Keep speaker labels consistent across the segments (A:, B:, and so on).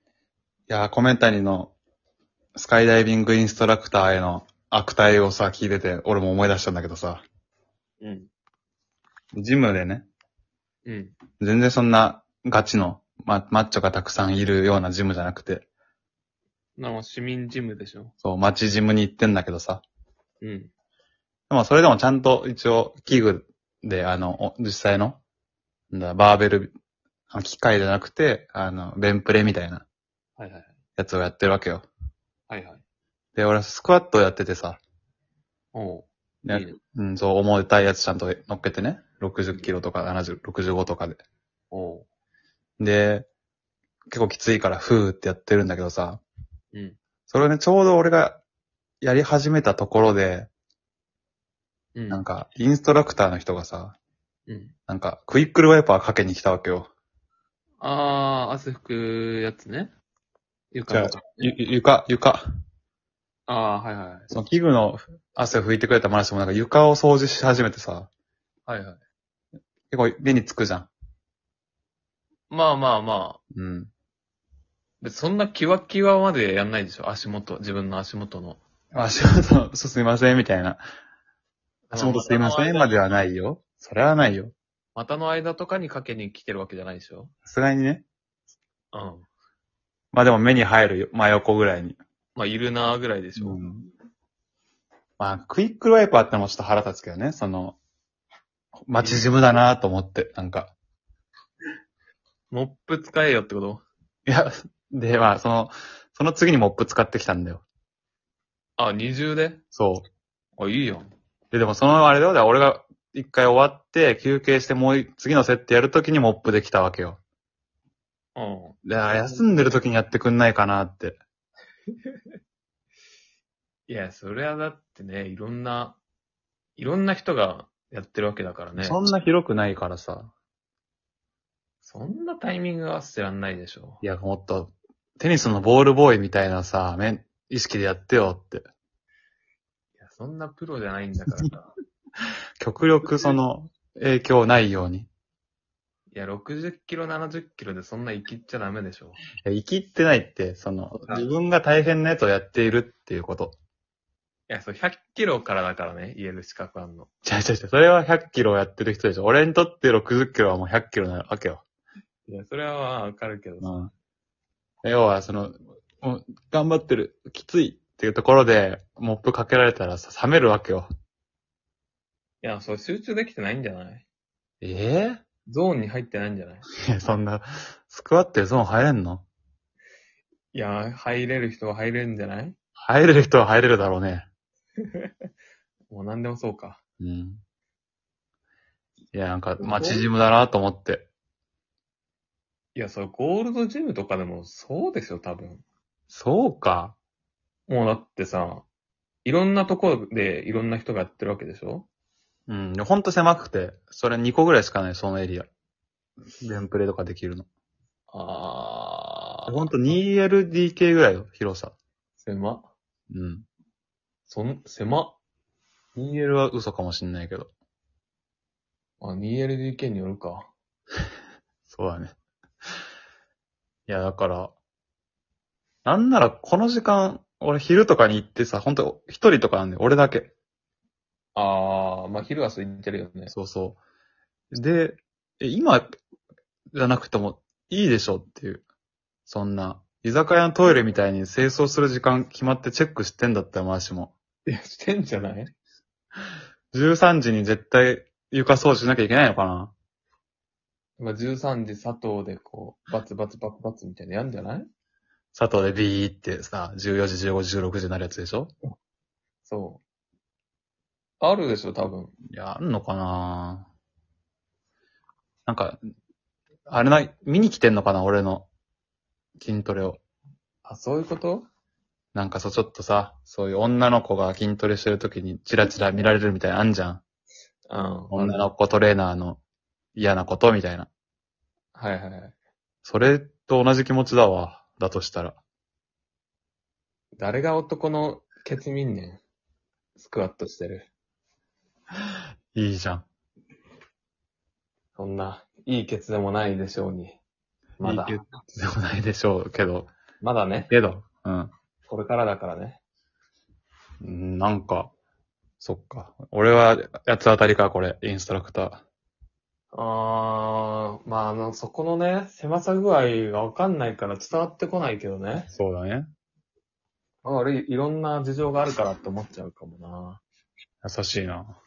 A: いやー、コメンタニのスカイダイビングインストラクターへの悪態をさ、聞いてて、俺も思い出したんだけどさ、
B: うん。
A: ジムでね、
B: うん。
A: 全然そんなガチの、ま、マッチョがたくさんいるようなジムじゃなくて、
B: なんか市民ジムでしょ
A: そう、街ジムに行ってんだけどさ、
B: うん。
A: でもそれでもちゃんと一応器具で、あの、お実際の、なんだ、バーベル、あの機械じゃなくて、あの、ベンプレみたいな
B: はいはい。
A: やつをやってるわけよ。
B: はいはい。
A: で、俺スクワットやっててさ、
B: おう。
A: ね
B: いいね
A: うん、そう、重たいやつちゃんと乗っけてね、60キロとか70、65とかで。
B: おう。
A: で、結構きついから、ふーってやってるんだけどさ、
B: うん。
A: それをね、ちょうど俺がやり始めたところで、
B: うん。
A: なんか、インストラクターの人がさ、
B: うん。
A: なんか、クイックルワイパーかけに来たわけよ。
B: あー、汗拭くやつね。
A: じゃ
B: 床
A: あ
B: とか。
A: ゆ、ゆ床、床。
B: あー、はいはい。
A: その器具の汗拭いてくれた話もなんか床を掃除し始めてさ、
B: はいはい。
A: 結構目につくじゃん。
B: まあまあまあ。
A: うん。
B: 別にそんなキワキワまでやんないでしょ足元、自分の足元の。
A: 足元、そうすいません、みたいな。足元すいません、までは
B: ない。
A: ないよ。それはないよ。
B: 股の間とかにかけに来てるわけじゃないでしょ
A: さすがにね。
B: うん。
A: まあでも目に入るよ真横ぐらいに。
B: まあ、いるなーぐらいでしょ、
A: うんまあ、クイックルワイパーってのもちょっと腹立つけどね、その、街ジムだなと思って、なんか。
B: モップ使えよってこと
A: いや、で、まあ、その、その次にモップ使ってきたんだよ。
B: あ、二重で
A: そ
B: あ、いいよ。
A: う。で、でもそのあれだよ、だから俺が一回終わって、休憩してもうい次のセットやるときにモップできたわけよ。
B: うん。
A: で、あ休んでるときにやってくんないかなって。
B: いや、それはだってね、いろんな、いろんな人がやってるわけだからね。
A: そんな広くないからさ。
B: そんなタイミング合わせてらんないでしょ。
A: いや、もっと、テニスのボールボーイみたいなさ、面、意識でやってよって。
B: いや、そんなプロじゃないんだか らさ。
A: 極力その、影響ないように。
B: いや、60キロ、70キロでそんな生きっちゃダメでしょ。
A: いや生きってないって、その、
B: はい
A: 自分が大変なやつをやっているっていうこと。
B: いや、そう、100キロからだからね、言える資格あんの。
A: 違う違う違う、それは100キロをやってる人でしょ。俺にとって60キロはもう100キロなわけよ。
B: いや、それはまあわかるけどさ。
A: ん。要は、その、もう頑張ってる、きついっていうところで、モップかけられたらさ、冷めるわけよ。
B: いや、そう、集中できてないんじゃない
A: え
B: ゾーンに入ってないんじゃない
A: えいや、そんな、スクワットでゾーン入れんの
B: いや、入れる人は入れるんじゃない
A: 入れる人は入れるだろうね。
B: もう何でもそうか。
A: うん。いや、なんか、まあ、縮むだなと思って。
B: いや、そう、ゴールドジムとかでもそうですよ、多分。
A: そうか。
B: もうだってさ、いろんなところでいろんな人がやってるわけでしょ
A: うん。ほんと狭くて、それ2個ぐらいしかない、そのエリア。ベンプレとかできるの。
B: あ
A: ほんと 2LDK ぐらいよ、広さ。
B: 狭。
A: うん。
B: そん、狭。
A: 2L は嘘かもしんないけど。
B: あ、2LDK によるか。
A: そうだね。いや、だから、なんならこの時間、俺昼とかに行ってさ、ほんと一人とかなんで、俺だけ。
B: あー、まあ、昼は空いてるよね。
A: そうそう。で、え、今じゃなくてもいいでしょっていう。そんな、居酒屋のトイレみたいに清掃する時間決まってチェックしてんだったら、ましも。
B: いや、してんじゃない
A: 13時に絶対床掃除しなきゃいけないのかな
B: まあ、13時佐藤でこう、バツバツバツバツみたいなのやんじゃない
A: 佐藤でビーってさ、14時、15時、16時になるやつでしょ
B: そう。あるでしょ、多分。
A: いや、あんのかななんか、あれな、見に来てんのかな俺の筋トレを。
B: あ、そういうこと
A: なんかそう、ちょっとさ、そういう女の子が筋トレしてる時にチラチラ見られるみたいなのあんじゃん。
B: うん。
A: 女の子トレーナーの嫌なことみたいな。
B: はいはいはい。
A: それと同じ気持ちだわ。だとしたら。
B: 誰が男のケツ見んねん。スクワットしてる。
A: いいじゃん。
B: そんな、いいケツでもないでしょうに。まだ
A: いい。ケツでもないでしょうけど、
B: まだね、
A: けど、うん。
B: これからだからね。
A: うんなんか、そっか。俺は、八つ当たりか、これ、インストラクター。
B: あー、まあ、あの、そこのね、狭さ具合がわかんないから伝わってこないけどね。
A: そうだね。
B: まあ、俺、いろんな事情があるからって思っちゃうかもな。
A: 優しいな。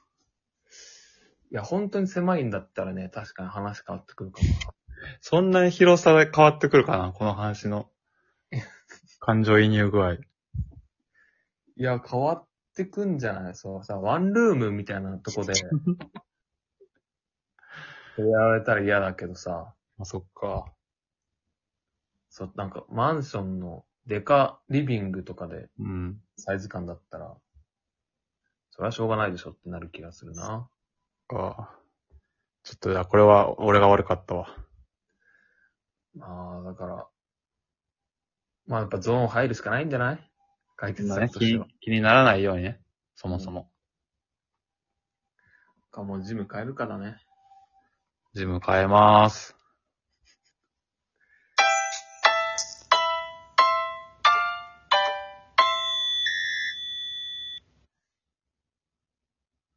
B: いや、本当に狭いんだったらね、確かに話変わってくるかも
A: そんなに広さで変わってくるかな、この話の。感情移入具合。
B: な。いや、変わってくんじゃないそう、さ、ワンルームみたいなとこで、それやられたら嫌だけどさ、
A: あ、そっか。
B: そう、なんか、マンションのデカリビングとかで
A: うん。
B: サイズ感だったら、それはしょうがないでしょってなる気がするな。
A: か。ちょっと、じゃあこれは、俺が悪かったわ。
B: まあ、だから、まあやっぱゾーン入るしかないんじゃない解決策と
A: 気
B: して
A: に
B: は。
A: 気にならないようにね。そもそも。
B: か、もうジム変えるかだね。
A: ジム変えまーす。